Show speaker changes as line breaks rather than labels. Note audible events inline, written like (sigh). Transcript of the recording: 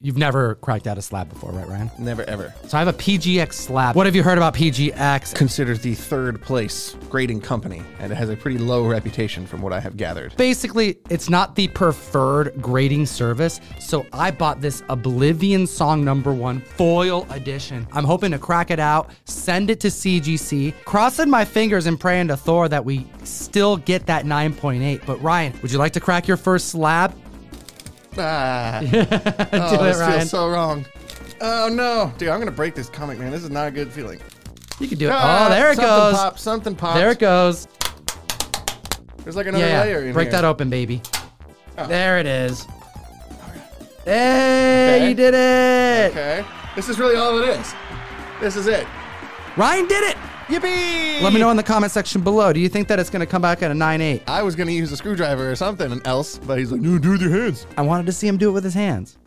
You've never cracked out a slab before, right, Ryan?
Never ever.
So I have a PGX slab. What have you heard about PGX?
Considered the third place grading company, and it has a pretty low reputation from what I
(laughs)
have gathered.
Basically, it's not the preferred grading service. So I bought this Oblivion Song Number One Foil Edition. I'm hoping to crack it out, send it to CGC, crossing my fingers and praying to Thor that we still get that 9.8. But Ryan, would you like to crack your first slab? (laughs)
Ah,
Do
oh,
it,
this
Ryan.
feels so wrong. Oh no, dude, I'm gonna break this comic, man. This is not a good feeling.
you can do it.
Ah,
oh, there it
something
goes.
Pops, something pops.
There it goes.
There's like another layer in
break
here. Oh.
that open, baby. There it is. Hey,
Okay.
you did it!
Okay, this is really all it is. This is it.
Ryan did it!
Yippee!
Let me know in the comment section below. Do you think that it's going to come back at a 9.8?
I was gonna use a screwdriver or something else, but he's like, no, do it with your hands.
I wanted to see him do it with his hands.